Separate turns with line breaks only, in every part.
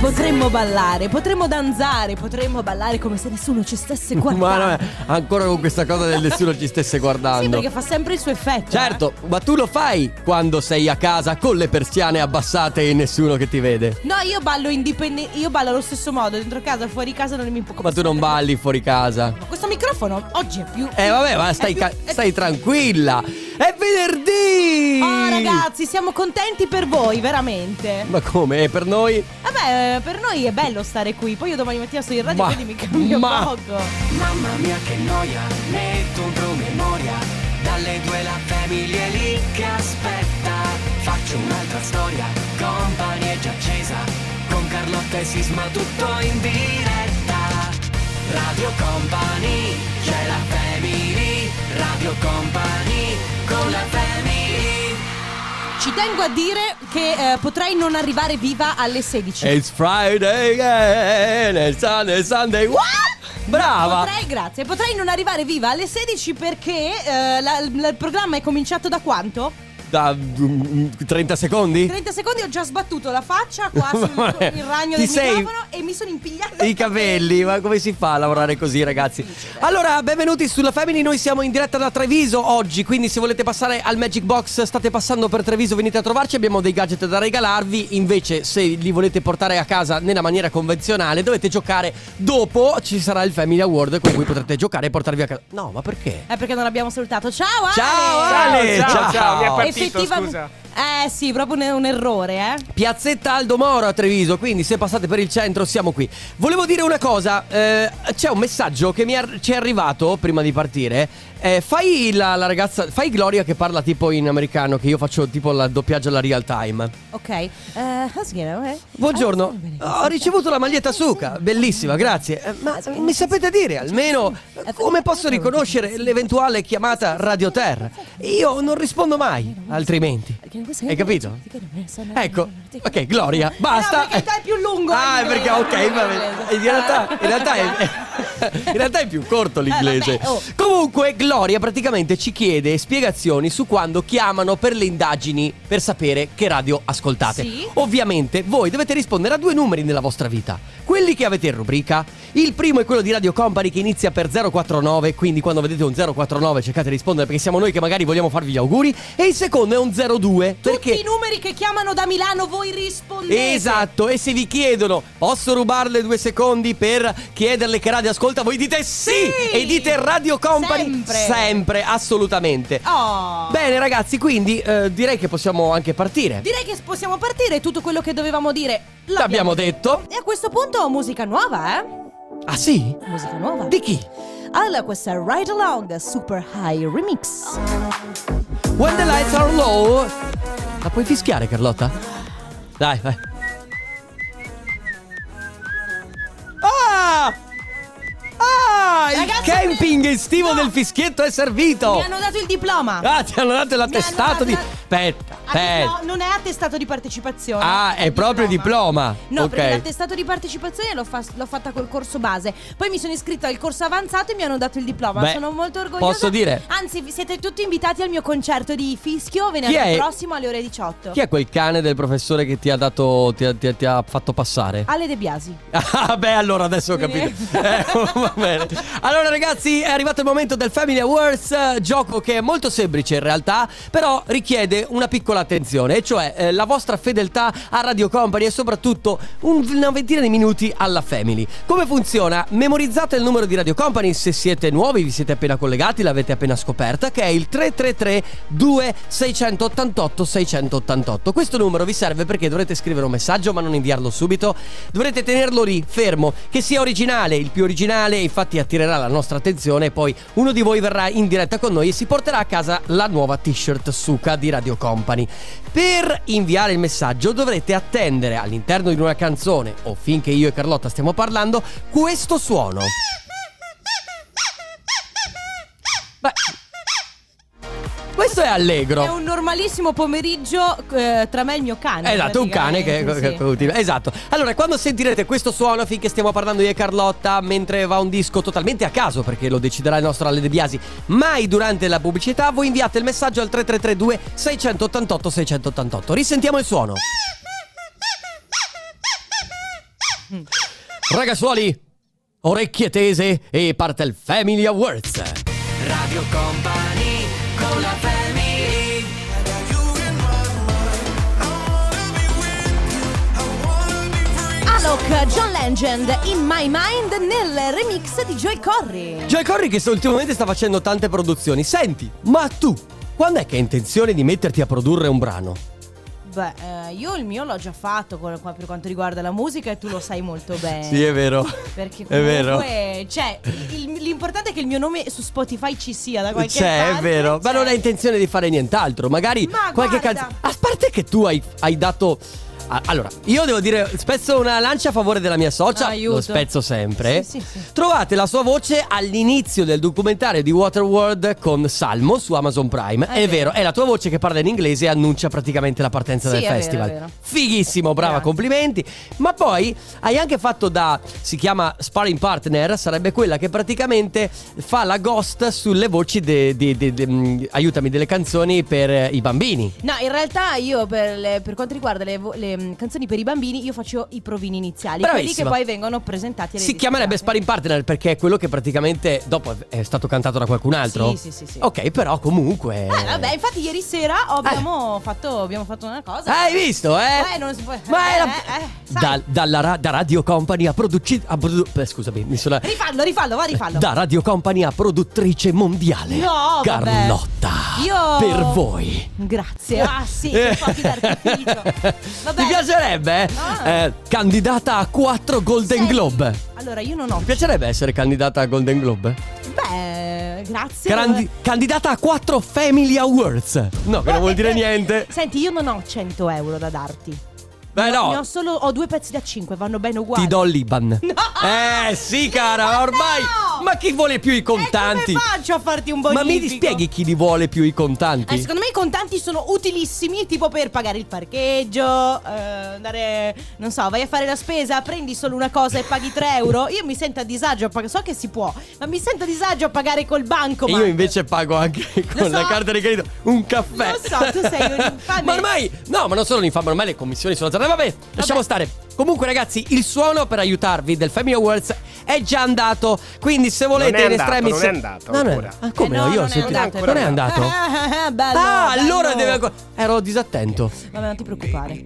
potremmo ballare, potremmo danzare, potremmo ballare come se nessuno ci stesse
Ma
guardando.
no, eh, ancora con questa cosa del nessuno ci stesse guardando.
Sì, perché fa sempre il suo effetto. eh.
Certo, ma tu lo fai quando sei a casa con le persiane abbassate e nessuno che ti vede.
eh. No, io ballo indipendente. Io ballo allo stesso modo, dentro casa, fuori casa, non mi può.
Ma tu non balli fuori casa.
Ma Questo microfono oggi è più.
Eh vabbè, ma stai,
è più-
ca-
è-
stai tranquilla. È venerdì!
Oh, ragazzi, siamo contenti per voi, veramente.
Ma come? E per noi?
Vabbè, per noi è bello stare qui. Poi io domani mattina sono in radio,
Ma-
quindi mi cambio
ma-
poco.
Mamma mia che noia, metto un promemoria Dalle due la famiglia è lì che aspetta Faccio un'altra storia, company è già accesa Con Carlotta e Sisma tutto in diretta Radio Company, c'è la family Radio Company, con la family
Ci tengo a dire che eh, potrei non arrivare viva alle 16.
It's Friday again, it's Sunday, Sunday. What? Brava!
Potrei, grazie. Potrei non arrivare viva alle 16 perché eh, la- la- il programma è cominciato da quanto?
Da mm, 30 secondi?
30 secondi ho già sbattuto la faccia qua sul
Vabbè.
il ragno
Ti
del
sei-
microfono e mi sono impigliata
I capelli, ma come si fa a lavorare così, ragazzi? Allora, benvenuti sulla Family. Noi siamo in diretta da Treviso oggi. Quindi, se volete passare al Magic Box, state passando per Treviso, venite a trovarci. Abbiamo dei gadget da regalarvi. Invece, se li volete portare a casa nella maniera convenzionale, dovete giocare dopo. Ci sarà il Family Award con cui potrete giocare e portarvi a casa. No, ma perché?
È Eh, perché non abbiamo salutato. Ciao Ale!
Ciao, Ale!
ciao,
ciao.
ciao, mi è partito,
Effettiva-
scusa.
Eh sì, proprio un, un errore, eh.
Piazzetta Aldo Moro a Treviso, quindi se passate per il centro siamo qui. Volevo dire una cosa, eh, c'è un messaggio che mi è- ci è arrivato prima di partire. Eh, fai la, la ragazza, fai Gloria che parla tipo in americano, che io faccio tipo la doppiaggio alla real time.
Ok. Eh, Hasghero, eh.
Buongiorno,
Ah,
ho ricevuto la maglietta suca, bellissima, grazie. Eh, Ma mi sapete dire almeno come posso riconoscere l'eventuale chiamata Radio Terra? Io non rispondo mai, altrimenti. Hai capito? Ecco, ok, Gloria,
Eh no,
basta.
perché il tuo è più lungo eh.
Ah,
in
è perché, ok,
inglese.
va bene. In realtà, in realtà è. in realtà è più corto l'inglese.
Eh, vabbè, oh.
Comunque, Gloria praticamente ci chiede spiegazioni su quando chiamano per le indagini per sapere che radio ascoltate.
Sì.
Ovviamente, voi dovete rispondere a due numeri nella vostra vita: quelli che avete in rubrica. Il primo è quello di Radio Company che inizia per 049, quindi quando vedete un 049 cercate di rispondere perché siamo noi che magari vogliamo farvi gli auguri. E il secondo è un 02 perché.
Tutti i numeri che chiamano da Milano voi rispondete.
Esatto, e se vi chiedono posso rubarle due secondi per chiederle che radio ascolta, voi dite sì,
Sì!
e dite Radio Company
Sempre.
sempre, assolutamente.
Oh.
Bene ragazzi, quindi eh, direi che possiamo anche partire.
Direi che possiamo partire, tutto quello che dovevamo dire
L'abbiamo detto.
E a questo punto musica nuova, eh?
Ah sì?
Musica nuova.
Di chi?
Allora, questa è Ride Along Super High Remix.
When the lights are low. La puoi fischiare Carlotta? Dai, vai. Ah! Ah! Il
Ragazzi,
camping
mi-
estivo
no.
del fischietto è servito!
Mi hanno dato il diploma.
Oh. Ah, ti hanno dato l'attestato di.
Mi hanno dato-
Aspetta,
Ah, di-
aspetta.
no, non è attestato di partecipazione.
Ah, è proprio diploma.
No,
Ok.
perché l'attestato di partecipazione l'ho, fa- l'ho fatta col corso base. Poi mi sono iscritta al corso avanzato e mi hanno dato il diploma.
Beh,
sono molto orgogliosa.
posso dire?
Anzi, vi siete tutti invitati al mio concerto di Fischio venerdì
Chi è?
prossimo alle ore 18.
Chi è quel cane del professore che ti ha dato. ti ha, ti ha- ti ha fatto passare?
Ale De Biasi.
Ah, beh, allora adesso ho capito. Eh, va bene. Allora, ragazzi, è arrivato il momento del Family Awards, eh, gioco che è molto semplice in realtà, però richiede una piccola attenzione, e cioè eh, la vostra fedeltà a Radio Company e soprattutto un- una ventina di minuti alla Family. Come funziona? Memorizzate il numero di Radio Company se siete nuovi, vi siete appena collegati, l'avete appena scoperta, che è il 333 2688 688. Questo numero vi serve perché dovrete scrivere un messaggio ma non inviarlo subito, dovrete tenerlo lì fermo, che sia originale, il più originale infatti attirerà la nostra attenzione e poi uno di voi verrà in diretta con noi e si porterà a casa la nuova t-shirt Suka di Radio Company. Per inviare il messaggio dovrete attendere all'interno di una canzone o finché io e Carlotta stiamo parlando questo suono. Beh, questo è allegro.
È un normalissimo pomeriggio eh, tra me e il mio cane.
Esatto, un cane che,
praticamente,
che-
sì.
che utilizza- Esatto. Allora, quando sentirete questo suono, finché stiamo parlando io e Carlotta, mentre va un disco totalmente a caso, perché lo deciderà il nostro Ale De Biasi, mai durante la pubblicità, voi inviate il messaggio al 3332 688 688. Risentiamo il suono.
Mm.
Ragazzuoli, orecchie tese e parte il Family Awards.
Radio Company con la family
Alok, John Legend, In My Mind nel remix di Joy Corry.
Joel Corry che sta- ultimamente sta facendo tante produzioni. Senti, ma tu, quando è che hai intenzione di metterti a produrre un brano?
Beh, eh, io il mio l'ho già fatto con- qua- per quanto riguarda la musica e tu lo sai molto bene.
è vero.
Eh, Perché
È vero.
comunque, cioè, il- l'importante è che il mio nome su Spotify ci sia da qualche
Cioè,
parte.
è vero, ma
cioè.
non hai intenzione di fare nient'altro, magari
Ma
qualche
guarda.
canzone. A parte che tu hai, hai dato. a- Allora, io devo dire, spezzo una lancia a favore della mia socia,
No, Ah, aiuto.
lo spezzo sempre.
Sì, sì, sì.
Trovate la sua voce all'inizio del documentario di Waterworld con Salmo su Amazon Prime.
Ah,
È,
è
vero. è la tua voce che parla in inglese e annuncia praticamente la partenza
Sì,
del
è vero,
festival.
è vero.
Fighissimo, brava,
Grazie.
complimenti. Ma poi hai anche fatto da, si chiama sparring partner, sarebbe quella che praticamente fa la ghost sulle voci, de- de- de- de- mm, aiutami, delle canzoni per eh, i bambini.
No, in realtà io per, le- per quanto riguarda le, vo- le, mm, canzoni per i bambini, io faccio i provini iniziali, quelli che
Bravissima.
poi vengono presentati alle
Si chiamerebbe
discoteche.
sparring partner perché è quello che praticamente dopo è stato cantato da qualcun altro.
Sì, sì, sì, sì.
Ok, però comunque...
Eh, vabbè, infatti ieri sera ho- abbiamo, fatto, abbiamo fatto una cosa.
Hai visto, eh?
Eh, non si può-
Ma era.
eh, eh, sai.
Da, dalla ra- da Radio Company a produttrice. scusami, mi sono.
Rifallo, rifallo, va, rifallo.
Da Radio Company a produttrice mondiale.
No, vabbè.
Carlotta.
Io-
Per voi.
Grazie. Ah, sì, che fuochi d'artificio. Vabbè.
Eh. Mi piacerebbe, eh?
Ah.
Eh, candidata a 4 Golden
Sei-
Globe.
Allora, io non ho.
Ti piacerebbe essere candidata a Golden Globe?
Beh, grazie.
Grandi- candidata a 4 Family Awards. No, che non vuol dire niente.
Senti, io non ho 100 euro da darti. Ne
Beh, no.
ho solo ho due pezzi da 5, vanno bene uguali.
Oh.
Eh,
Ti do l'Iban.
No!
Eh sì, cara,
No!
ormai. Ma chi vuole più i contanti?
E come faccio a farti un
Ma
bonifico?
mi dispieghi chi li vuole più i contanti?
Eh, secondo me i contanti sono utilissimi, tipo per pagare il parcheggio, eh, andare, non so, vai a fare la spesa, prendi solo una cosa e paghi 3 euro. Io mi sento a disagio, a pag- so che si può, ma mi sento a disagio a pagare col banco.
E io invece pago anche con
so.
la carta di credito un caffè.
Lo so, tu sei un infame.
ma ormai, no, ma non sono un infame, ormai le commissioni sono alzate. Vabbè, lasciamo stare. Comunque, ragazzi, il suono per aiutarvi del Family Awards è già andato. Quindi, se volete,
è
in
andato,
estremi.
non
se-
è andato
No, no,
ancora.
Eh,
Ah, come no? Io ho sentito. non è andato.
bello,
ah,
bello.
allora deve ancora. Ero disattento.
Vabbè, non ti preoccupare.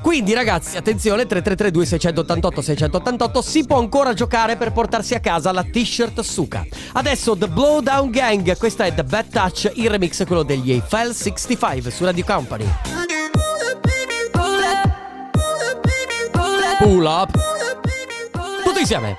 Quindi ragazzi, attenzione, 3332 688 688 si può ancora giocare per portarsi a casa la t-shirt Suka. Adesso The Blowdown Gang, questa è The Bad Touch, il remix è quello degli Eiffel 65 su Radio Company. Pull up. Tutti insieme.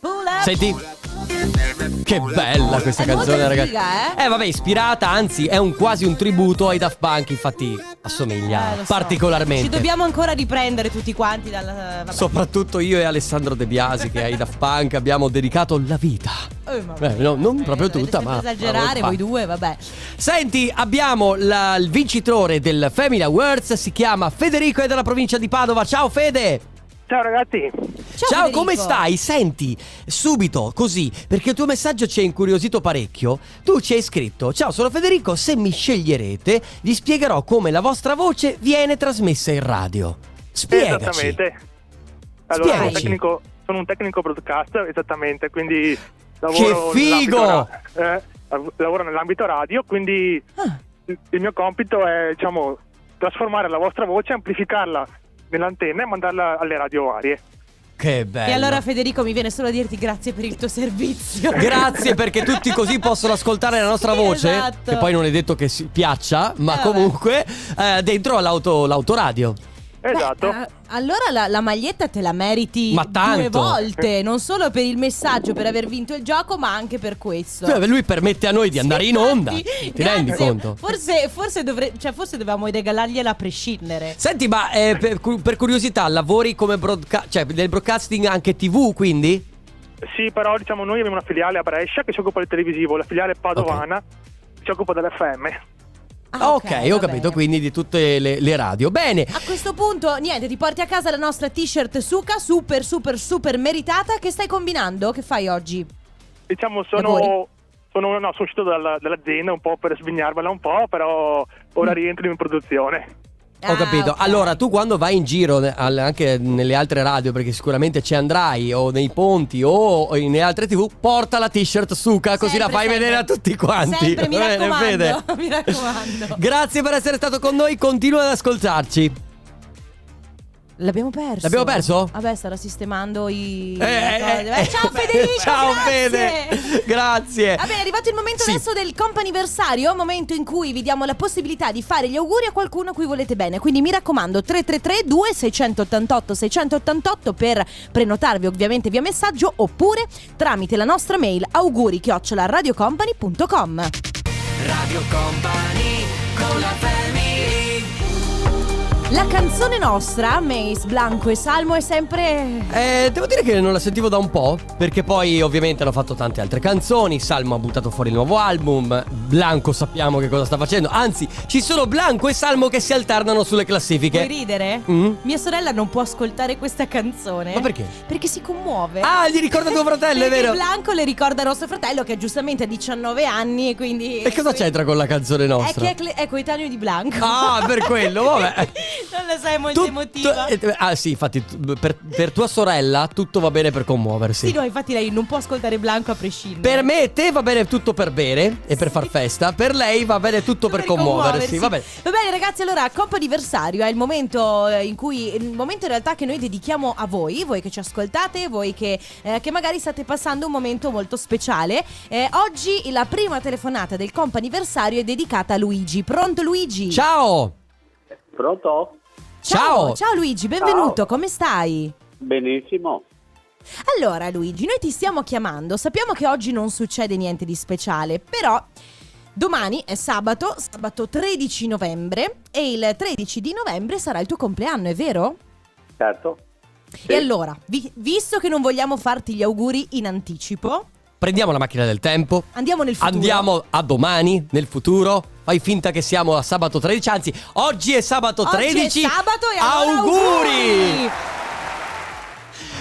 Pull up.
Senti. Che bella questa
È
canzone,
molto
ragazzi.
figa, eh?
vabbè, ispirata, anzi, è un quasi un tributo ai Daft Punk, infatti assomiglia
Eh, lo so.
particolarmente.
Ci dobbiamo ancora riprendere tutti quanti dalla... vabbè.
Soprattutto io e Alessandro De Biasi che ai Daft Punk abbiamo dedicato la vita.
Eh, ma-
Eh, no, non proprio
dovete
tutta,
sempre
ma- ma
esagerare
voi
voi
fa-
due, vabbè.
Senti, abbiamo la- il vincitore del Family Awards, si chiama Federico, è della provincia di Padova. Ciao Fede!
Ciao ragazzi,
Ciao, Federico.
come stai? Senti, subito, così, perché il tuo messaggio ci ha incuriosito parecchio. Tu ci hai scritto: Ciao, sono Federico, se mi sceglierete, vi spiegherò come la vostra voce viene trasmessa in radio. Spiegaci.
esattamente. Allora, sono un,
Spiegaci.
tecnico, sono un tecnico broadcast, esattamente, quindi
Che
lavoro,
figo!
nell'ambito ra- eh, lav- lavoro nell'ambito radio, quindi
Ah.
il il mio compito è, diciamo, trasformare la vostra voce, amplificarla nell'antenna e mandarla alle radio varie.
Che bello.
E allora Federico mi viene solo a dirti grazie per il tuo servizio.
Grazie perché tutti così possono ascoltare la nostra
Sì,
voce.
esatto.
Che poi non è detto che si piaccia, ma
Eh, vabbè.
comunque eh, dentro all'auto- l'autoradio.
Beh,
Esatto.
eh, allora la, la maglietta te la meriti
Ma tanto.
due volte, non solo per il messaggio, per aver vinto il gioco, ma anche per questo.
Cioè, lui permette a noi di andare in
Infatti,
onda. Ti
grazie.
rendi conto?
Forse, forse, dovre- cioè, forse dovevamo regalargliela a prescindere.
Senti, ma eh, per, cu- per curiosità, lavori come broadcast, cioè nel broadcasting anche TV, quindi?
Sì, però diciamo noi abbiamo una filiale a Brescia che si occupa del televisivo, la filiale padovana si occupa dell'FM.
Ah,
ok, ho
va
capito,
bene.
quindi di tutte le, le radio. Bene.
A questo punto, niente, ti porti a casa la nostra t-shirt Suka, super, super, super meritata. Che stai combinando? Che fai oggi?
Diciamo
Lavori?
sono, sono, no, sono
Mm.
uscito dalla- dall'azienda un po' per svignarmela un po', però ora rientro in produzione.
Ho
Ah,
capito.
ok.
Allora, tu quando vai in giro ne- al- anche nelle altre radio, perché sicuramente ci andrai, o nei ponti o in- nelle altre tv, porta la t-shirt Suka, così
Sempre,
la fai
sempre.
vedere a tutti quanti.
Sempre, mi
Va bene,
raccomando,
Fede?
mi raccomando.
Grazie per essere stato con noi, continua ad ascoltarci.
L'abbiamo perso.
L'abbiamo perso?
Vabbè, starà sistemando i.
Eh,
le
eh,
cose.
eh,
Eh, ciao
eh,
Federico!
Ciao
grazie.
Fede! Grazie!
Vabbè, è arrivato il momento
Eh, Sì.
adesso del comp'anniversario, momento in cui vi diamo la possibilità di fare gli auguri a qualcuno a cui volete bene. Quindi mi raccomando, 333 688 688 per prenotarvi ovviamente via messaggio oppure tramite la nostra mail auguri radiocompany.com.
Radio Company con la family
La canzone nostra, Mace Blanco e Salmo, è sempre
Eh, devo dire che non la sentivo da un po', perché poi ovviamente hanno fatto tante altre canzoni, Salmo ha buttato fuori il nuovo album, Blanco sappiamo che cosa sta facendo, anzi ci sono Blanco e Salmo che si alternano sulle classifiche.
Vuoi ridere?
Mm?
Mia sorella non può ascoltare questa canzone.
Ma perché?
Perché si commuove.
Ah, gli ricorda tuo fratello, è
Perché
vero?
Blanco le ricorda nostro fratello che giustamente ha 19 anni e quindi...
E cosa c'entra con la canzone
È
nostra?
che è, cle- è coetaneo di Blanco.
Ah, per quello, vabbè.
non lo sai, è molto
Tutto-
emotiva.
eh, Ah sì, infatti tu- per, per tua sorella tutto va bene per commuoversi.
Sì, no, infatti lei non può ascoltare Blanco a prescindere.
Per me e te va bene tutto per bere e per
Sì.
far festa, per lei va bene tutto per, commuoversi, va bene.
Va bene ragazzi, allora Coppa Anniversario è il momento eh, in cui il momento in realtà che noi dedichiamo a voi, voi che ci ascoltate, voi che, eh, che magari state passando un momento molto speciale. Eh, oggi la prima telefonata del Coppa Anniversario è dedicata a Luigi. Pronto Luigi?
Ciao!
Pronto?
Ciao,
Ciao.
ciao Luigi, benvenuto,
Ciao.
come stai?
Benissimo.
Allora Luigi, noi ti stiamo chiamando, sappiamo che oggi non succede niente di speciale, però domani è sabato, sabato 13 novembre e il 13 di novembre sarà il tuo compleanno, è vero?
Certo. Sì.
E allora, vi- visto che non vogliamo farti gli auguri in anticipo,
Prendiamo la macchina del tempo.
andiamo nel futuro.
Andiamo a domani, nel futuro. Fai finta che siamo a sabato 13, anzi, oggi è sabato
Oggi è
13.
sabato e allora auguri!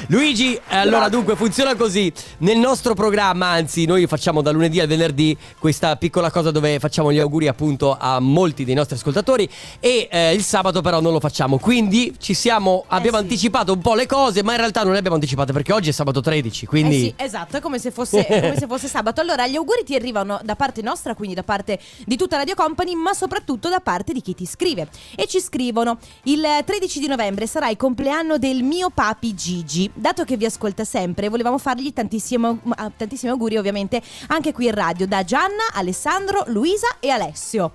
Luigi, eh, allora
Grazie.
dunque funziona così. Nel nostro programma, anzi, noi facciamo da lunedì al venerdì questa piccola cosa dove facciamo gli auguri appunto a molti dei nostri ascoltatori e eh, il sabato però non lo facciamo. Quindi ci siamo abbiamo
Eh sì.
anticipato un po' le cose, ma in realtà non le abbiamo anticipate perché oggi è sabato 13, quindi
Eh sì, esatto, è come se, fosse, è come se fosse sabato. Allora, gli auguri ti arrivano da parte nostra, quindi da parte di tutta Radio Company, ma soprattutto da parte di chi ti scrive. E ci scrivono: il 13 di novembre sarà il compleanno del mio papi Gigi. Dato che vi ascolta sempre, volevamo fargli tantissimo- ma- tantissimi auguri, ovviamente, anche qui in radio, da Gianna, Alessandro, Luisa e Alessio.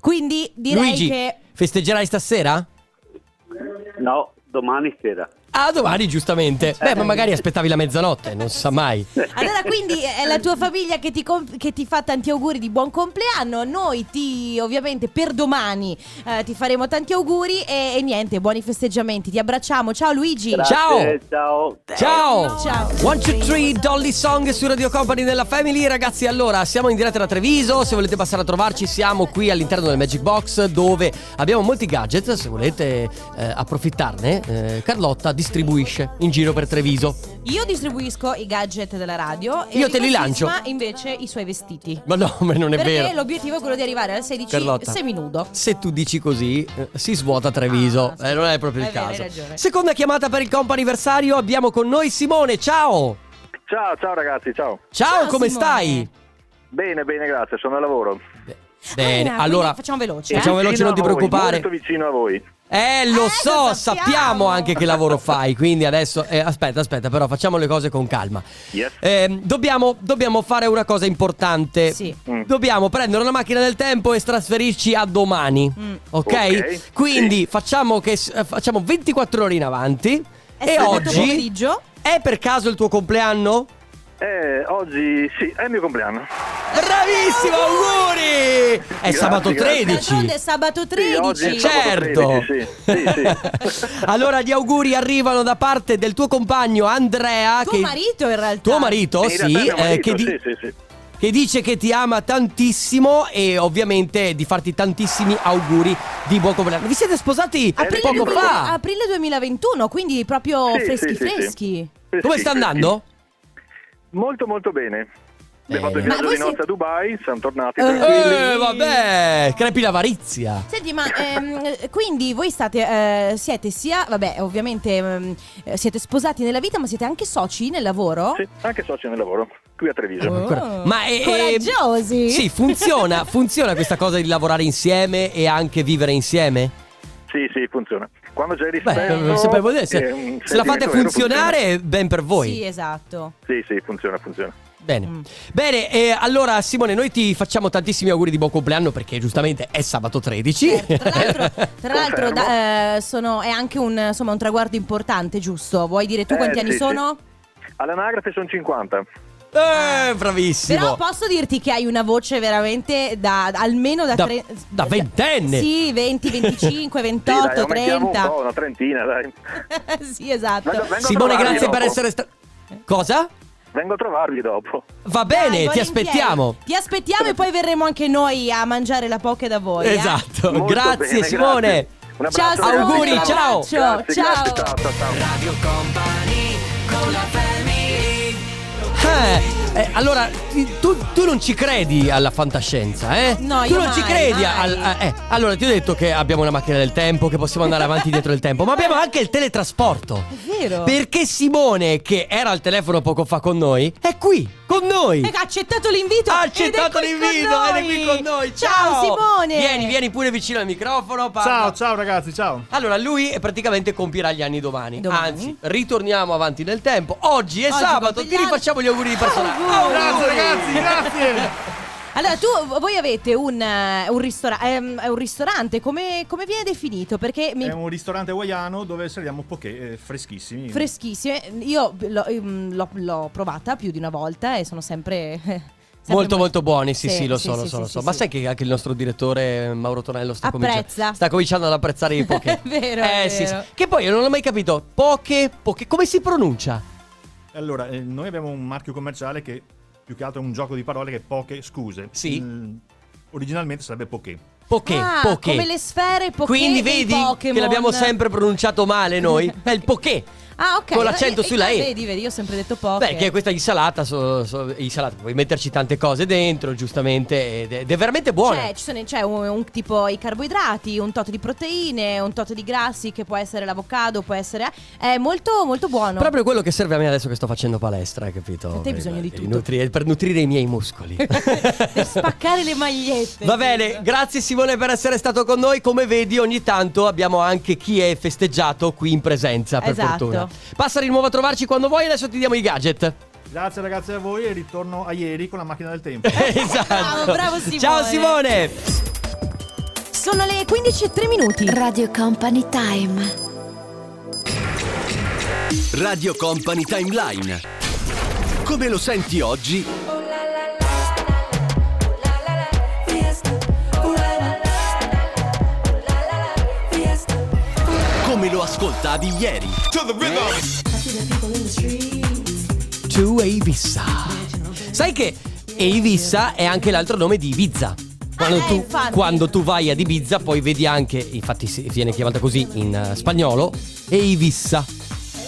Quindi direi
Luigi,
che.
festeggerai stasera?
No, domani sera.
Ah, domani, giustamente. Beh, ma magari aspettavi la mezzanotte, non si sa mai.
Allora, quindi è la tua famiglia che ti, comp- che ti fa tanti auguri di buon compleanno. Noi ti, ovviamente, per domani eh, ti faremo tanti auguri e, e niente, buoni festeggiamenti. Ti abbracciamo. Ciao Luigi.
Grazie, ciao.
Cioè,
Ciao!
Ciao.
One, two, three, Dolly Song su Radio Company della Family. Ragazzi, allora, siamo in diretta da Treviso. Se volete passare a trovarci, siamo qui all'interno del Magic Box dove abbiamo molti gadget. Se volete eh, approfittarne, eh, Carlotta distribuisce in giro per Treviso.
Io distribuisco i gadget della radio. e
Io te li
Rico
lancio.
Sisma, invece i suoi vestiti.
Ma no, ma non è
Perché
vero.
l'obiettivo è quello di arrivare al 16
Carlotta.
seminudo.
Se tu dici così, eh, si svuota Treviso.
Ah,
Eh, non è proprio il
è vero, hai
caso.
ragione.
Seconda chiamata per il comp anniversario. Abbiamo con noi Simone. Ciao!
Ciao, ciao ragazzi, ciao.
Ciao,
Ciao,
come
Simone.
stai?
Bene, bene, grazie, sono al lavoro.
Bene,
Ah,
allora
quindi facciamo veloce. eh?
facciamo veloce,
Vicino
non ti
a voi,
preoccupare.
Molto vicino a voi.
Eh, lo
Eh,
so,
lo sappiamo.
sappiamo anche che lavoro fai, quindi adesso... eh, aspetta, aspetta, però facciamo le cose con calma.
Yes.
Ehm, dobbiamo, dobbiamo fare una cosa importante.
Sì.
Mm.
Dobbiamo prendere una macchina del tempo e trasferirci a domani.
Mm.
Ok?
Ok,
Quindi
sì.
facciamo, che, s- eh, facciamo 24 ore in avanti.
È
e
sabato
oggi...
Eh pomeriggio.
È per caso il tuo compleanno?
Eh, oggi sì, è il mio compleanno.
Bravissimo, auguri! È
Grazie,
sabato
grazie.
13.
D'altronde è sabato
oggi
13.
è sabato
Certo.
13, sì. Sì, sì.
allora gli auguri arrivano da parte del tuo compagno Andrea
Tuo
che
marito, in realtà.
Cioè, tuo marito,
Ah, In realtà
sì,
è mio
eh,
marito,
che, di-
sì, sì, sì.
che dice che ti ama tantissimo e ovviamente di farti tantissimi auguri di buon compleanno. Vi siete
Eh,
sposati
Aprile,
poco
2000
fa?
Ah,
aprile 2021, quindi proprio
Oh,
Sì, sì,
freschi
sì, sì.
freschi.
Sì,
Come
sì,
sta
sì,
andando?
sì. Molto molto bene. Abbiamo fatto il
Ma
viaggio
voi
di
siete-
nozze a Dubai, siamo tornati
Eh.
tranquilli.
Eh, vabbè, crepi l'avarizia.
Senti, ma ehm, quindi voi state, eh, siete sia, vabbè, ovviamente ehm, eh, siete sposati nella vita, ma siete anche soci nel lavoro?
Sì, anche soci nel lavoro, qui a Treviso.
Oh.
Ancora. Ma è, è-
Coraggiosi!
Sì, funziona, funziona questa cosa di lavorare insieme e anche vivere insieme?
Sì, sì, funziona. Quando c'è rispetto...
Beh, non sapevo dire.
e un
Se, se la
sentimento
fate
vero,
funzionare, ben per voi.
Sì, esatto.
funziona. Sì, sì, funziona, funziona.
Bene,
Mm.
Bene eh, allora Simone, noi ti facciamo tantissimi auguri di buon compleanno perché giustamente è sabato 13.
Certo, Tra l'altro, tra l'altro,
Confermo.
da- eh, sono- è anche un, insomma, un traguardo importante, giusto? Vuoi dire tu
Eh,
quanti anni
sì, sì.
sono?
All'anagrafe sono 50.
eh, bravissimo.
Però posso dirti che hai una voce veramente da almeno da,
Da-
tre-
da ventenne.
Sì, 20, 25, 28,
sì, dai, aumentiamo un
30.
po', una trentina, dai.
sì, esatto.
Vengo- vengo a
Simone,
trovarvi
grazie per
dopo.
essere stato. Cosa?
Vengo a trovarvi dopo.
Va
Dai,
bene, ti
volentieri.
aspettiamo.
Ti aspettiamo e poi verremo anche noi a mangiare la poche da voi. eh.
Esatto,
Molto
grazie
bene,
Simone.
grazie. Un
Ciao,
abbraccio, ragazzi,
Simone,
Auguri, ciao.
un abbraccio,
Grazie,
ciao.
grazie, ciao, ciao, ciao.
Eh, eh, allora, ti- tu, tu non ci credi alla fantascienza, eh?
No,
tu
io
non ci
mai,
credi.
mai.
al- a- eh, allora, ti ho detto che abbiamo una macchina del tempo, che possiamo andare avanti dietro il tempo, ma abbiamo anche il teletrasporto.
È vero.
Perché Simone, che era al telefono poco fa con noi, è qui, con noi.
Eh, Ha accettato l'invito. ed
Ha
è qui
accettato
con
l'invito ed è qui
noi.
con noi. Ciao,
Ciao Simone.
Vieni, vieni pure vicino al microfono. parla.
Ciao, ciao ragazzi, ciao.
Allora, lui eh, praticamente compirà gli anni domani.
Domani.
Anzi, ritorniamo avanti nel tempo. Oggi è
Oggi
sabato, ti
compleanno.
rifacciamo gli auguri di personale.
Auguri.
Grazie ragazzi, grazie.
Allora, tu, voi avete un, eh, un ristora- ehm, è un ristorante, come, come viene definito? Perché mi...
È un ristorante hawaiano dove serviamo poche eh, freschissimi.
Freschissime, io l'ho, ehm, l'ho- l'ho provata più di una volta e sono sempre... sempre
Molto molto buoni, sì sì, lo so,
sono
lo so, lo so. Ma sai che anche il nostro direttore eh, Mauro Tonello sta, cominci-
Apprezza.
sta cominciando ad apprezzare i poche.
È vero,
Eh
è
sì, sì.
vero.
Che poi io non ho mai capito, poche, poche, come si pronuncia?
Allora, eh, noi abbiamo un marchio commerciale che più che altro è un gioco di parole che è poche scuse.
Sì.
Mm, originalmente sarebbe poche.
Poche,
Ah,
poche.
come le sfere, poche
Quindi
e i
vedi
Pokémon.
che l'abbiamo sempre pronunciato male noi, è il poche.
Ah, ok.
Con l'accento
Eh, eh,
sulla E.
Vedi, vedi, io ho sempre detto poche.
Beh, che è questa insalata, so, so- insalata, puoi metterci tante cose dentro, giustamente, ed è, ed è veramente buona.
C'è, Cioè, ci sono- c'è un, un tipo i carboidrati, un tot di proteine, un tot di grassi che può essere l'avocado, può essere... eh, È molto molto buono.
Proprio quello che serve a me adesso che sto facendo palestra, hai capito?
Per te hai bisogno di
Per
tutto.
nutri- per nutrire i miei muscoli.
per spaccare le magliette.
Va bene, grazie Simone per essere stato con noi. Come vedi, ogni tanto abbiamo anche chi è festeggiato qui in presenza, per
Esatto.
fortuna. Passa di nuovo a trovarci quando vuoi, adesso ti diamo i gadget.
Grazie ragazzi a voi e ritorno a ieri con la macchina del tempo.
esatto.
Bravo, bravo Simone.
Ciao Simone.
Sono le 15 e 3 minuti.
Radio Company Time.
Radio Company Timeline. Come lo senti oggi? Come lo ascoltavi ieri?
To Eivissa. Sai che Eivissa è anche l'altro nome di Ibiza. Quando,
eh,
tu,
infatti.
quando tu vai ad Ibiza poi vedi anche, infatti si- viene chiamata così in eh, spagnolo, Eivissa.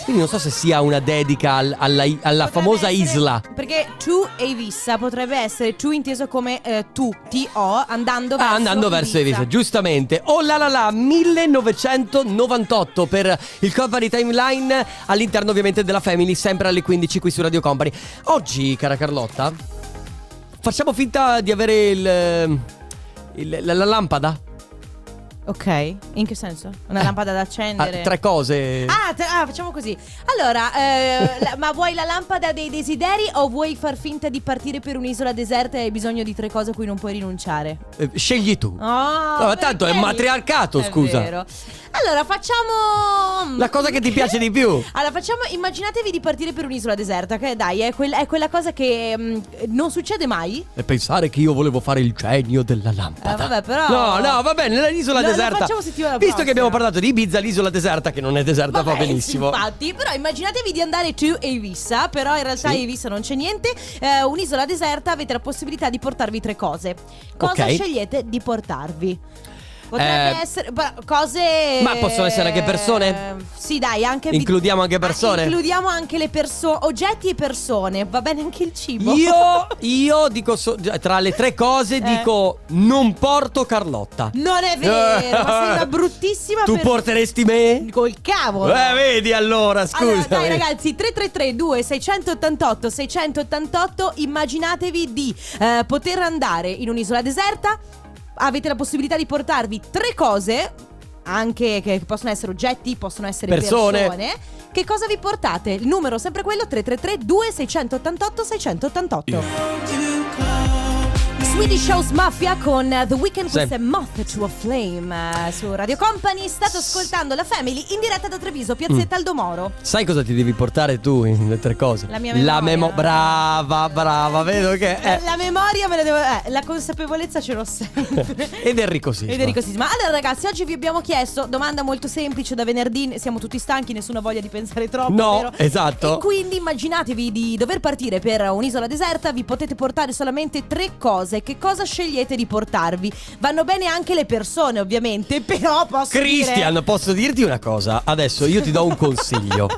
Quindi non so se sia una dedica al- alla, i- alla
Potrebbe
famosa
essere-
isla.
Perché tu e Vissa potrebbe essere tu inteso come eh, tu, T-O, andando verso
Ah, andando verso Ibiza, giustamente. Oh la la la, 1998 per il Company Timeline all'interno ovviamente della Family, sempre alle 15 qui su Radio Company. Oggi, cara Carlotta, facciamo finta di avere il, il- la, la lampada.
Ok, in che senso? Una
Eh.
lampada da
Ah,
accendere?
tre cose.
Ah, tre- ah, facciamo così. Allora, eh, la- ma vuoi la lampada dei desideri o vuoi far finta di partire per un'isola deserta e hai bisogno di tre cose a cui non puoi rinunciare?
Eh, Scegli tu.
Oh,
No, ma tanto è
perché?
matriarcato,
È
scusa.
vero. Allora, facciamo mm,
La cosa che ti piace di più.
Allora, facciamo, immaginatevi di partire per un'isola deserta, che dai, è, quel- è quella cosa che mm, non succede mai.
E pensare che io volevo fare il genio della
Eh,
lampada.
vabbè, però.
No, no, va bene, l'isola
Lo- lo
deserta.
facciamo settimana
Visto che
prossima.
abbiamo parlato di Ibiza, l'isola deserta che non è deserta va
Vabbè,
benissimo.
Infatti, però immaginatevi di andare su Eivissa, però in realtà
Sì.
a Eivissa non c'è niente, eh, un'isola deserta, avete la possibilità di portarvi tre cose. Cosa
Ok.
scegliete di portarvi? Potrebbe
Eh,
essere bra- cose.
ma possono essere anche persone?
Sì, dai, anche. vi-
Includiamo anche
Ah,
persone?
includiamo anche le persone, oggetti e persone. Va bene anche il cibo.
Io, io dico so- tra le tre cose
Boh. Eh.
dico non porto Carlotta.
Non è vero, ma sei una bruttissima
Tu
per-
porteresti me?
Col cavolo.
Eh, vedi allora, scusa.
Allora, eh. dai ragazzi, 333 688 688 immaginatevi di eh, poter andare in un'isola deserta, avete la possibilità di portarvi tre cose, anche che possono essere oggetti, possono essere
Persone.
persone. Che cosa vi portate? Il numero sempre quello 333 2688 688. Swedish House Mafia con eh, The Weeknd
Sì.
with a Moth to a Flame eh, su Radio Company. State ascoltando la Family in diretta da Treviso, Piazzetta Aldomoro.
Sai cosa ti devi portare tu in le tre cose?
La mia memoria.
memo- brava, brava, vedo che è.
Eh, La memoria me la devo. Eh, la consapevolezza ce l'ho sempre.
Ed Enrico Sisma.
Ed Enrico Sisma. Allora, ragazzi, oggi vi abbiamo chiesto domanda molto semplice da venerdì. Siamo tutti stanchi, nessuno ha voglia di pensare troppo.
No,
vero?
esatto.
E quindi immaginatevi di dover partire per un'isola deserta. Vi potete portare solamente tre cose. Che cosa scegliete di portarvi? Vanno bene anche le persone, ovviamente. Però posso.
Cristian,
dire-
posso dirti una cosa? Adesso io ti do un consiglio.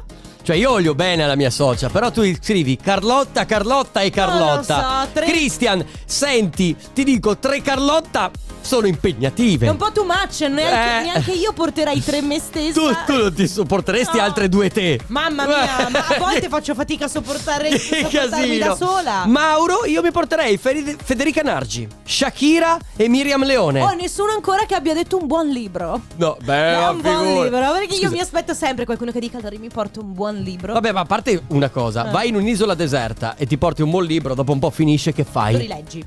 Cioè, io voglio bene alla mia socia, però tu scrivi Carlotta, Carlotta e Carlotta.
Non lo so, tre-
Cristian, senti, ti dico, tre Carlotta sono impegnative.
È un po' too much. Neanche,
Eh.
neanche io porterei tre me stessa.
Tu, tu non ti sopporteresti
No.
altre due te.
Mamma mia, ma a volte faccio fatica a sopportare
Che
sopportarmi da sola.
Mauro, io mi porterei Feri- Federica Nargi, Shakira e Miriam Leone.
Oh, nessuno ancora che abbia detto un buon libro.
no, beh,
No, un buon
figura.
libro. Perché
Eh, Scusa.
io mi aspetto sempre qualcuno che dica: Allora, mi porto un buon libro.
Vabbè, ma a parte una cosa,
Eh.
vai in un'isola deserta e ti porti un buon libro, dopo un po' finisce, che
Lo
fai?
rileggi.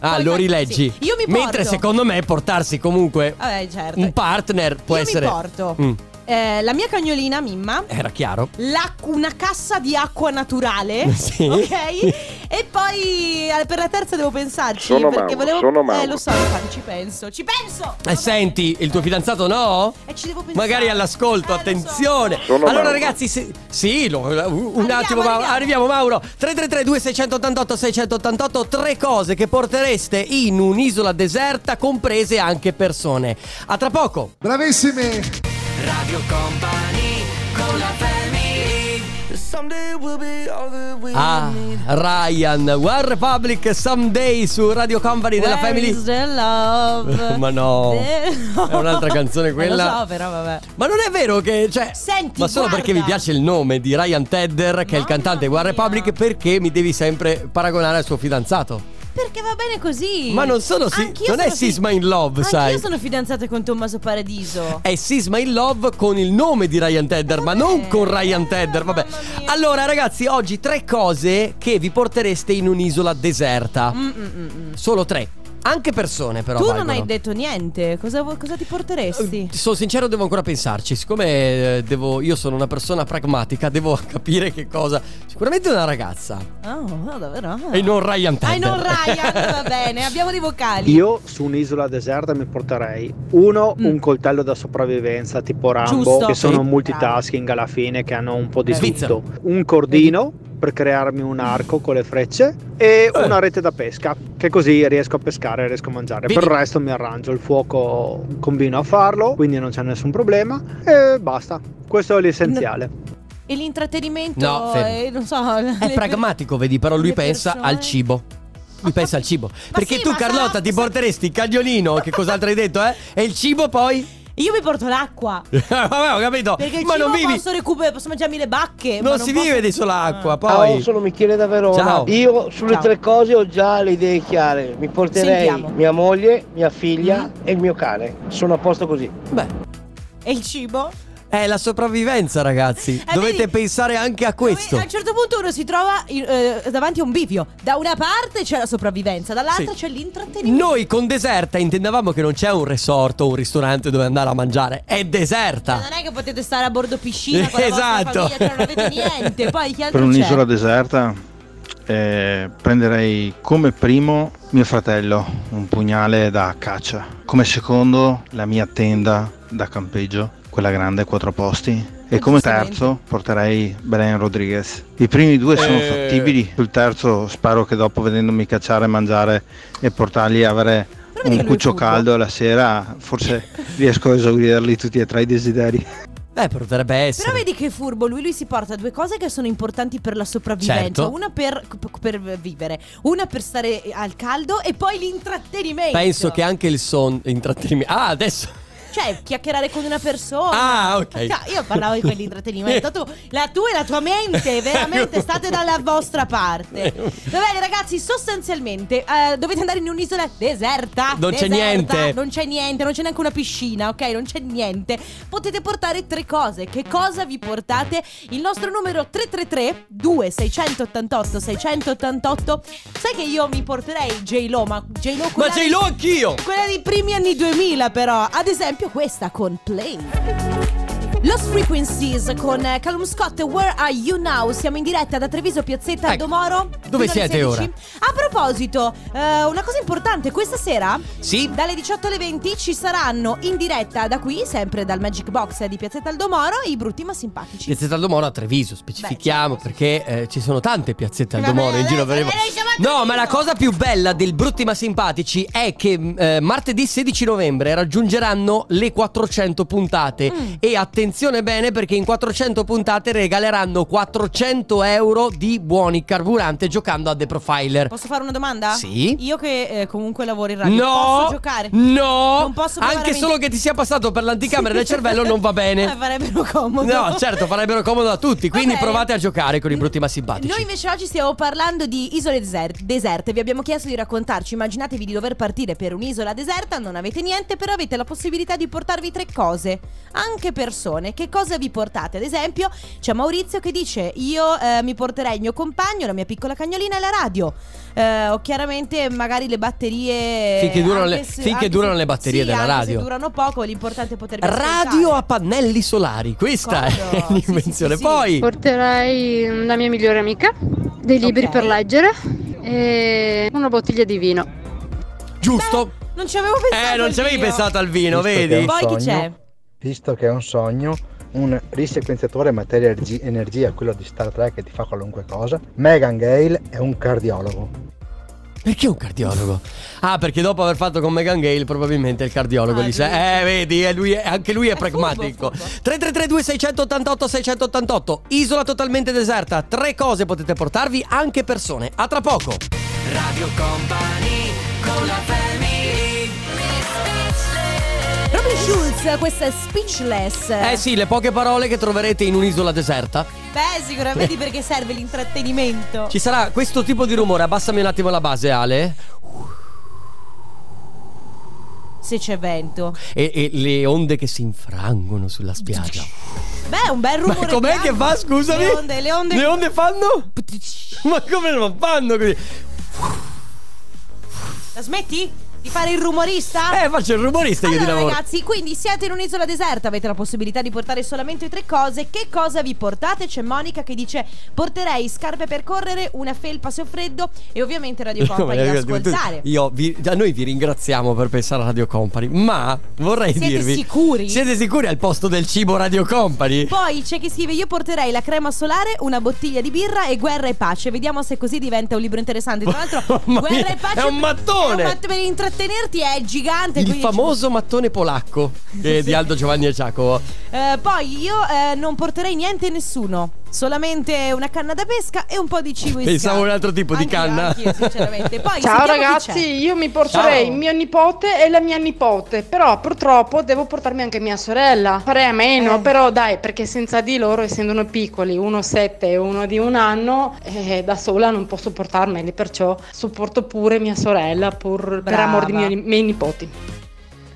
Ah,
Poi
lo
fai-
rileggi.
sì. Io mi
Mentre
porto-
secondo me portarsi comunque
Vabbè, certo.
un partner può
io
essere...
mi porto
Mm,
eh, la mia cagnolina Mimma.
era chiaro.
l'ac- una cassa di acqua naturale,
Sì.
ok? E poi eh, per la terza devo pensarci.
Sono
perché
Mauro,
volevo.
sono Mauro.
eh, lo so, infatti, ci penso. Ci penso!
E Eh, senti, il tuo fidanzato no?
E ci Eh, devo pensare.
Magari all'ascolto,
Eh, lo so.
attenzione.
Sono
allora,
Mauro.
ragazzi, se- sì, lo- un attimo, Mauro.
arriviamo.
arriviamo, Mauro. 333-2688-688, tre cose che portereste in un'isola deserta, comprese anche persone. A tra poco.
Bravissimi!
Ah, Ryan, One Republic Someday su Radio Company della
Where
Family.
is the love?
Ma no.
Eh,
È un'altra canzone quella.
Eh, Lo so, però vabbè.
Ma non è vero che. Cioè,
Senti,
ma solo
guarda.
perché mi piace il nome di Ryan Tedder, che è il
Mamma
cantante di One
mia.
Republic, perché mi devi sempre paragonare al suo fidanzato.
Perché va bene così.
Ma non sono si-
Anch'io
non è
sono fi-
Sisma in
Anch'io
Love, sai. Eh.
sono fidanzata con Tommaso Paradiso.
È Sisma in Love con il nome di Ryan Tedder, ma
Vabbè.
non con Ryan Tedder.
Eh,
Vabbè.
mamma mia.
Allora, ragazzi, oggi tre cose che vi portereste in un'isola deserta.
Mm, mm, mm, mm.
Solo tre. Anche persone, però.
Tu non
valgono.
hai detto niente. Cosa, vu- cosa ti porteresti?
Eh, Sono sincero, devo ancora pensarci. Siccome eh, devo- io sono una persona pragmatica, devo capire che cosa. Sicuramente una ragazza.
Oh, no, davvero? Ah.
E non Ryan Tedder.
Ah, e non Ryan, va bene, abbiamo dei vocali.
Io su un'isola deserta mi porterei uno,
Mm.
un coltello da sopravvivenza tipo Rambo,
Giusto.
che sono
Sì.
multitasking alla fine, che hanno un po' di
Eh. Svizzero.
tutto. Un cordino per crearmi un arco con le frecce e
Eh.
una rete da pesca, che così riesco a pescare e riesco a mangiare.
Vedi-
Per il resto mi arrangio, il fuoco combino a farlo, quindi non c'è nessun problema e basta. Questo è l'essenziale.
E l'intrattenimento,
No, fermo.
eh, non so.
È pragmatico, vedi, però lui
le
pensa
persone.
al cibo. Lui pensa al cibo. Perché
sì,
tu,
ma
Carlotta,
sa-
ti
sa-
porteresti il cagnolino, che cos'altro hai detto, eh? E il cibo poi.
Io mi porto l'acqua.
Vabbè, ho capito.
Perché il
ma
cibo
non vivi.
posso recuperare, posso mangiarmi le bacche. ma
Non si
posso- Ah.
vive di sola acqua,
Ciao,
Ah,
poi.
sono Michele da Verona.
Ciao.
Io sulle
Ciao.
tre cose ho già le idee chiare. Mi porterei
Sentiamo.
mia moglie, mia figlia
Mhm.
e il mio cane. Sono a posto così.
Beh,
E il cibo?
è la sopravvivenza, ragazzi.
Eh,
Dovete
vedi-
pensare anche a questo.
A un certo punto uno si trova eh, davanti a un bivio. Da una parte c'è la sopravvivenza, dall'altra
Sì.
c'è l'intrattenimento.
Noi con deserta intendevamo che non c'è un resort o un ristorante dove andare a mangiare, è
Cioè,
deserta.
Non è che potete stare a bordo piscina con la
Ah. Esatto.
vostra famiglia, cioè non avete niente. Poi chi altro
Per un'isola
c'è?
deserta eh, prenderei come primo mio fratello, un pugnale da caccia. Come secondo la mia tenda da campeggio, quella grande, quattro posti. E
Eh,
come
giustamente.
terzo porterei Belen Rodriguez. I primi due sono fattibili, sul terzo spero che dopo vedendomi cacciare, mangiare e portarli a avere
Però Puoi
un
dirlo
cuccio
tutto.
caldo alla sera, forse riesco a esaurirli tutti e tre i desideri.
Eh, potrebbe essere.
Però vedi che furbo, lui, lui si porta due cose che sono importanti per la sopravvivenza.
Certo.
Una per, per vivere, una per stare al caldo e poi l'intrattenimento.
Penso che anche il son intrattenimento. Ah, adesso.
Cioè, chiacchierare con una persona.
Ah, ok.
Cioè, io parlavo di quell'intrattenimento. tu, la tua e la tua mente, veramente state dalla vostra parte. Va bene, ragazzi, sostanzialmente eh, dovete andare in un'isola deserta.
Non c'è
deserta,
niente.
Non c'è niente, non c'è neanche una piscina, ok? Non c'è niente. Potete portare tre cose. Che cosa vi portate? Il nostro numero 333 2688 688. Sai che io mi porterei J-Lo, ma J-Lo
Ma
quella
sei lo
di-
anch'io!
quella dei primi anni 2000 però, ad esempio questa con Play. Lost Frequencies con eh, Callum Scott, Where Are You Now? Siamo in diretta da Treviso, Piazzetta,
Ecco.
Domoro.
Dove
fino alle 16.
siete ora?
A proposito, eh, una cosa importante, questa sera
Sì.
dalle 18 alle 20 ci saranno in diretta da qui, sempre dal Magic Box di Piazzetta al Domoro, i brutti ma simpatici.
Piazzetta al Domoro a Treviso, specifichiamo perché eh, ci sono tante piazzette al
certo. Vabbè,
Domoro in
dai,
giro per il
dai, dai, siamo a
No,
Treviso.
ma la cosa più bella del Brutti ma Simpatici è che mh, eh, martedì 16 novembre raggiungeranno le 400 puntate.
Mm.
E attenzione bene perché in 400 puntate regaleranno 400 euro di buoni carburante giocando a The Profiler.
Posso fare una domanda?
Sì.
Io che eh, comunque lavoro in radio,
No,
posso giocare?
no,
Non posso provare
anche
a
solo che ti sia passato per l'anticamera del cervello non va bene.
Eh, farebbero comodo.
No, certo, farebbero comodo a tutti. Quindi
Vabbè.
provate a giocare con i brutti ma simpatici.
Noi invece oggi stiamo parlando di isole deser- deserte. Vi abbiamo chiesto di raccontarci. Immaginatevi di dover partire per un'isola deserta, non avete niente, però avete la possibilità di portarvi tre cose, anche persone. Che cosa vi portate? Ad esempio, c'è Maurizio che dice: Io eh, mi porterei il mio compagno, la mia piccola cagnolina e la radio. Eh, o chiaramente magari le batterie.
Finché durano
anche
le- finché durano le batterie
sì,
della
anche se
radio.
durano poco, l'importante è potervi
Radio
ascoltare.
a pannelli solari, questa è
D'accordo. Sì,
l'invenzione.
sì, sì, sì.
Poi
Porterei mm, la mia migliore amica, dei libri
Ok.
per leggere e una bottiglia di vino.
Giusto.
Non ci avevo pensato.
eh, non
al
ci avevi
video.
pensato al vino,
Visto che è
vedi?
un
Poi chi
sogno,
c'è?
Visto che è un sogno, un risequenziatore materia-energia, quello di Star Trek che ti fa qualunque cosa. Megan Gale è un cardiologo.
Perché un cardiologo? Ah, perché dopo aver fatto con Megan Gale, probabilmente il
Ah,
cardiologo dice: Eh, vedi, eh, lui è- anche lui è, pragmatico. 3332 688 688 Isola totalmente deserta. Tre cose potete portarvi, anche persone. A tra poco.
Radio Company con la family.
Robin Schulz, questa è Speechless.
Eh sì, le poche parole che troverete in un'isola deserta.
Beh, sicuramente perché serve l'intrattenimento.
Eh. Ci sarà questo tipo di rumore. Abbassami un attimo la base, Ale.
Se c'è vento.
E, e le onde che si infrangono sulla spiaggia.
Beh, è un bel rumore.
Ma com'è
bianco.
che fa, scusami?
Le onde, le onde.
fanno? Ma come non fanno così?
La smetti di fare il rumorista?
Eh, faccio il rumorista io di
Ah. Allora
lavoro.
ragazzi, quindi siete in un'isola deserta, avete la possibilità di portare solamente tre cose. Che cosa vi portate? C'è Monica che dice porterei scarpe per correre, una felpa se ho freddo e ovviamente Radio Company da ascoltare.
Io vi, già noi vi ringraziamo per pensare a Radio Company, ma vorrei
Siete
dirvi:
sicuri?
Siete sicuri al posto del cibo Radio Company?
Poi c'è chi scrive: Io porterei la crema solare, una bottiglia di birra e guerra e pace. Vediamo se così diventa un libro interessante. Tra l'altro,
Mamma
guerra
mia,
e pace.
è un mattone!
è un matt- per intrattenerti è gigante.
Il
quindi ci-
famoso mattone polacco che è di Aldo Giovanni e Giacomo.
Eh, poi io eh, non porterei niente e nessuno. Solamente una canna da pesca e un po' di cibo in
Pensavo
scatola.
un altro tipo di
Anch'io,
canna.
anch'io, sinceramente. Poi
Ciao
sentiamo chi c'è.
ragazzi, io mi porterei
Ciao.
mio nipote e la mia nipote, però purtroppo devo portarmi anche mia sorella. Farei a
Eh.
meno, però dai, perché senza di loro, essendono piccoli, uno sette e uno di un anno, eh, da sola non posso portarmeli, perciò supporto pure mia sorella pur- per
Brava.
amor di mio- miei nipoti.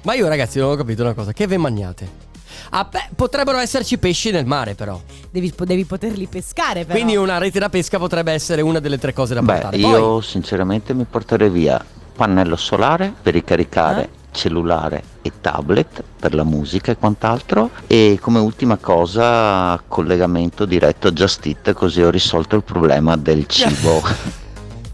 Ma io, ragazzi, non ho capito una cosa: che ve mangiate? Ah, beh, potrebbero esserci pesci nel mare, però.
Devi, devi poterli pescare, però.
Quindi una rete da pesca potrebbe essere una delle tre cose da portare. Poi-
Io sinceramente mi porterei via pannello solare per ricaricare
Eh?
cellulare e tablet per la musica e quant'altro e come ultima cosa collegamento diretto a Just Eat così ho risolto il problema del cibo.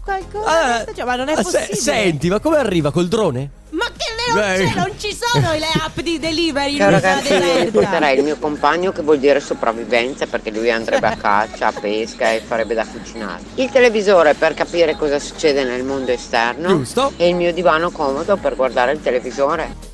Qualcosa. cioè, ma non è
Ah, se-
possibile.
senti, ma come arriva col drone?
Ma che non, c'è, non ci sono le app di delivery in
Ciao
Isola
ragazzi, io
deserta.
porterei il mio compagno che vuol dire sopravvivenza perché lui andrebbe a caccia, a pesca e farebbe da cucinare. Il televisore per capire cosa succede nel mondo esterno.
Giusto.
E il mio divano comodo per guardare il televisore.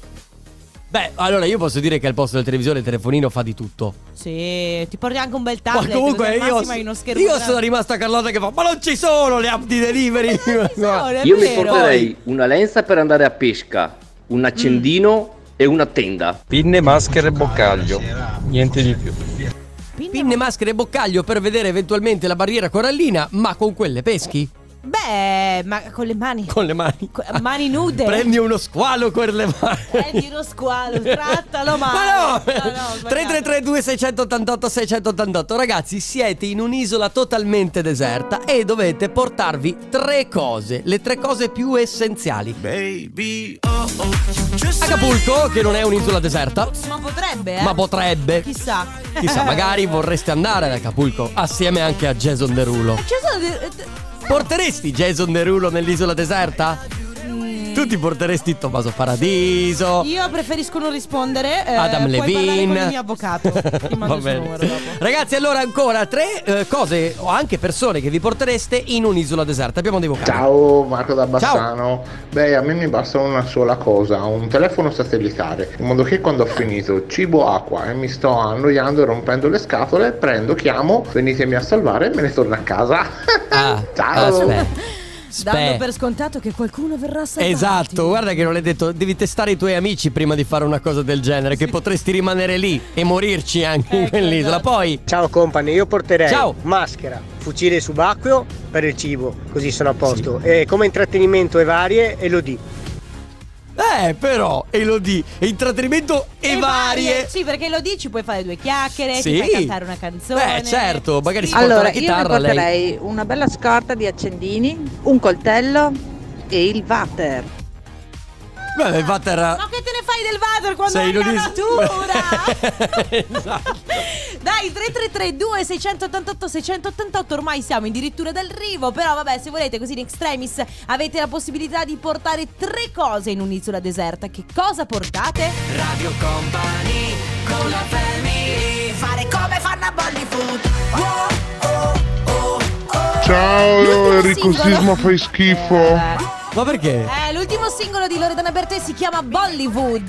Beh, allora io posso dire che al posto del televisore il telefonino fa di tutto.
Sì, ti porti anche un bel
Ma
tablet.
comunque
così al
io,
massimo hai uno schermo
io
grande.
sono rimasta Carlotta che fa Ma non ci sono le app di delivery
sono, è
Io mi
vero.
porterei una lenza per andare a pesca, un accendino
Mm.
e una tenda. Pinne, maschere e boccaglio. Niente di più.
Pinne, maschere e boccaglio per vedere eventualmente la barriera corallina Ma con quelle peschi?
Beh, ma con le mani.
Con le mani
Mani nude.
Prendi uno squalo con le mani
Prendi uno squalo, trattalo male.
Ma no!
No, no, sbagliato.
3332 688 688 Ragazzi, siete in un'isola totalmente deserta e dovete portarvi tre cose, le tre cose più essenziali. Acapulco, che non è un'isola deserta,
Ma potrebbe, eh?
ma potrebbe.
Chissà.
Chissà, magari vorreste andare ad Acapulco assieme anche a Jason Derulo.
Eh, Ci sono de- de-
Porteresti Jason Derulo nell'isola deserta?
Mm.
Tu ti porteresti Tommaso Paradiso?
Io preferisco non rispondere. eh,
Adam
puoi parlare
Levine
con il mio avvocato. Ti mando
Va
il suo
bene.
numero dopo.
Ragazzi, allora ancora tre eh, cose o anche persone che vi portereste in un'isola deserta. Abbiamo dei vocali.
Ciao Marco da Bassano. Beh, a me mi basta una sola cosa, un telefono satellitare, in modo che quando ho finito cibo, acqua e mi sto annoiando e rompendo le scatole, prendo, chiamo, venitemi a salvare e me ne torno a casa.
Ah,
Ciao.
Dando per scontato che qualcuno verrà a salvarti.
Esatto, guarda che non l'hai detto, devi testare i tuoi amici prima di fare una cosa del genere, che potresti rimanere lì e morirci
Eh,
anche in quell'isola. Poi
Ciao compagni, io porterei
Ciao.
maschera, fucile subacqueo per il cibo, così sono a posto. E come intrattenimento e varie, Elodie.
Eh, però, Elodie, intrattenimento e,
E varie.
varie.
Sì, perché lo dici, puoi fare due chiacchiere,
Sì.
ti fai cantare una canzone.
Beh, certo, magari si porta
Allora,
la
io mi
chitarra lei.
porterei una bella scorta di accendini, un coltello e il water.
Beh, il water
Ma che te ne fai del Vader quando
Sei
hai la
nudista.
natura? Dai, 3332 688 688 ormai siamo addirittura d'arrivo, però vabbè, se volete così in extremis avete la possibilità di portare tre cose in un'isola deserta. Che cosa portate?
Radio Company con la family Fare come fanno a Bollywood
Ciao Enrico
singolo.
Sisma fai schifo.
Ma perché?
Eh, l'ultimo singolo di Loredana Bertè si chiama Bollywood.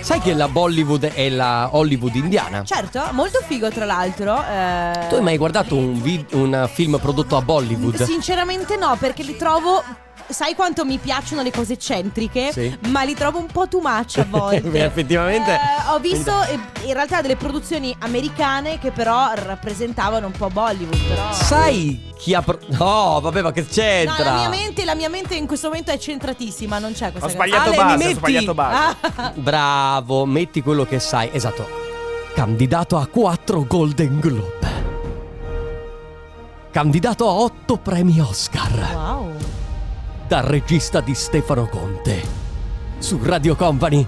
Sai che la Bollywood è la Hollywood indiana?
Certo, molto figo tra l'altro. eh.
Tu hai mai guardato un, vid- un film prodotto a Bollywood?
Sinceramente no, perché li trovo. Sai quanto mi piacciono le cose eccentriche?
Sì.
Ma li trovo un po' too much a volte.
Beh, effettivamente.
Eh, ho visto eh, in realtà delle produzioni americane che però rappresentavano un po' Bollywood. Però...
Sai chi ha. pro- no, vabbè, ma che
No, la
c'entra?
mia, mente, la mia mente in questo momento è centratissima, non c'è questa
Ho
cosa.
sbagliato Ale, mi base, ho metti- sbagliato base.
Ah,
Bravo, metti quello che sai. Esatto. Candidato a 4 Golden Globe. Candidato a 8 premi Oscar.
wow.
Dal regista di Stefano Conte. Su Radio Company.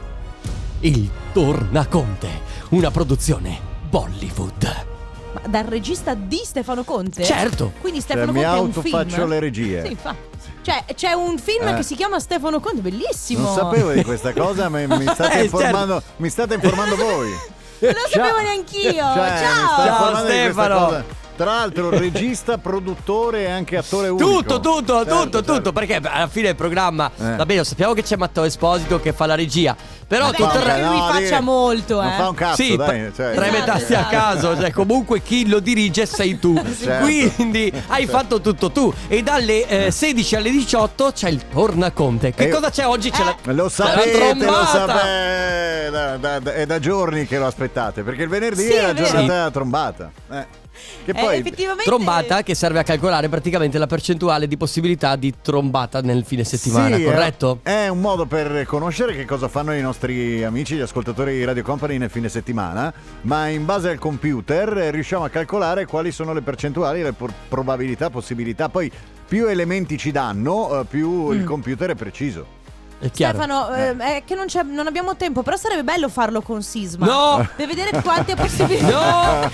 Il Tornaconte. Una produzione Bollywood.
Ma dal regista di Stefano Conte?
Certo.
Quindi Stefano
Cioè, mi
Conte è un film.
autofaccio le regie.
Sì, fa- Cioè, c'è un film
Eh.
che si chiama Stefano Conte, bellissimo.
Non sapevo di questa cosa, ma mi state,
Eh,
informando, mi state informando voi.
Non lo sapevo neanch'io.
Cioè, Mi
Ciao.
Ciao,
state informando di questa
Stefano.
cosa. Tra l'altro, regista, produttore e anche attore unico.
Tutto, tutto,
Certo, Eh.
tutto, tutto, perché alla fine il programma, va bene, lo sappiamo che c'è Matteo Esposito che fa la regia, però
Vabbè,
tutto il
credo che lui
no,
faccia
dì,
molto, eh.
non fa un cazzo,
Sì,
dai,
pa-
cioè.
tre metasti a caso, cioè comunque chi lo dirige sei tu.
Certo.
Quindi hai
Certo.
fatto tutto tu. E dalle eh, 16 alle 18 c'è il Tornaconte. Che
Eh,
cosa c'è oggi? C'è la,
Lo
c'è la
sapete, lo
trombata.
sapete. da- da- da- è da giorni che lo aspettate, perché il venerdì
Sì,
è
è
la
vero.
giornata della trombata. Eh. Che
Eh,
poi
effettivamente-
Trombata che serve a calcolare praticamente la percentuale di possibilità di trombata nel fine settimana,
Sì, eh. è-
corretto?
È un modo per conoscere che cosa fanno i nostri amici, gli ascoltatori di Radio Company nel fine settimana, ma in base al computer eh, riusciamo a calcolare quali sono le percentuali, le por-
Mm.
probabilità, possibilità. Poi più elementi ci danno, eh, più il computer è preciso.
È chiaro.
Stefano, eh, è che non, c'è- non abbiamo tempo, però sarebbe bello farlo con Sisma.
No!
Per vedere quante possibilità.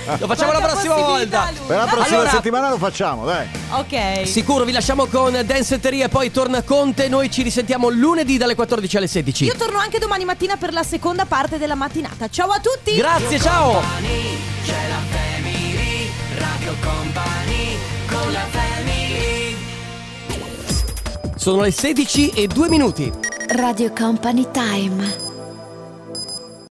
No! Lo facciamo la
Quanta
prossima
possibilità
volta.
lui.
Per la prossima
Allora-
settimana lo facciamo, dai.
Ok.
Sicuro, vi lasciamo con Danceteria e poi torna Conte. Noi ci risentiamo lunedì dalle 14 alle 16.
Io torno anche domani mattina per la seconda parte della mattinata. Ciao a tutti!
Grazie, ciao!
C'è la family, Radio Company, con la family.
Sono le 16 e 2 minuti.
Radio Company Time.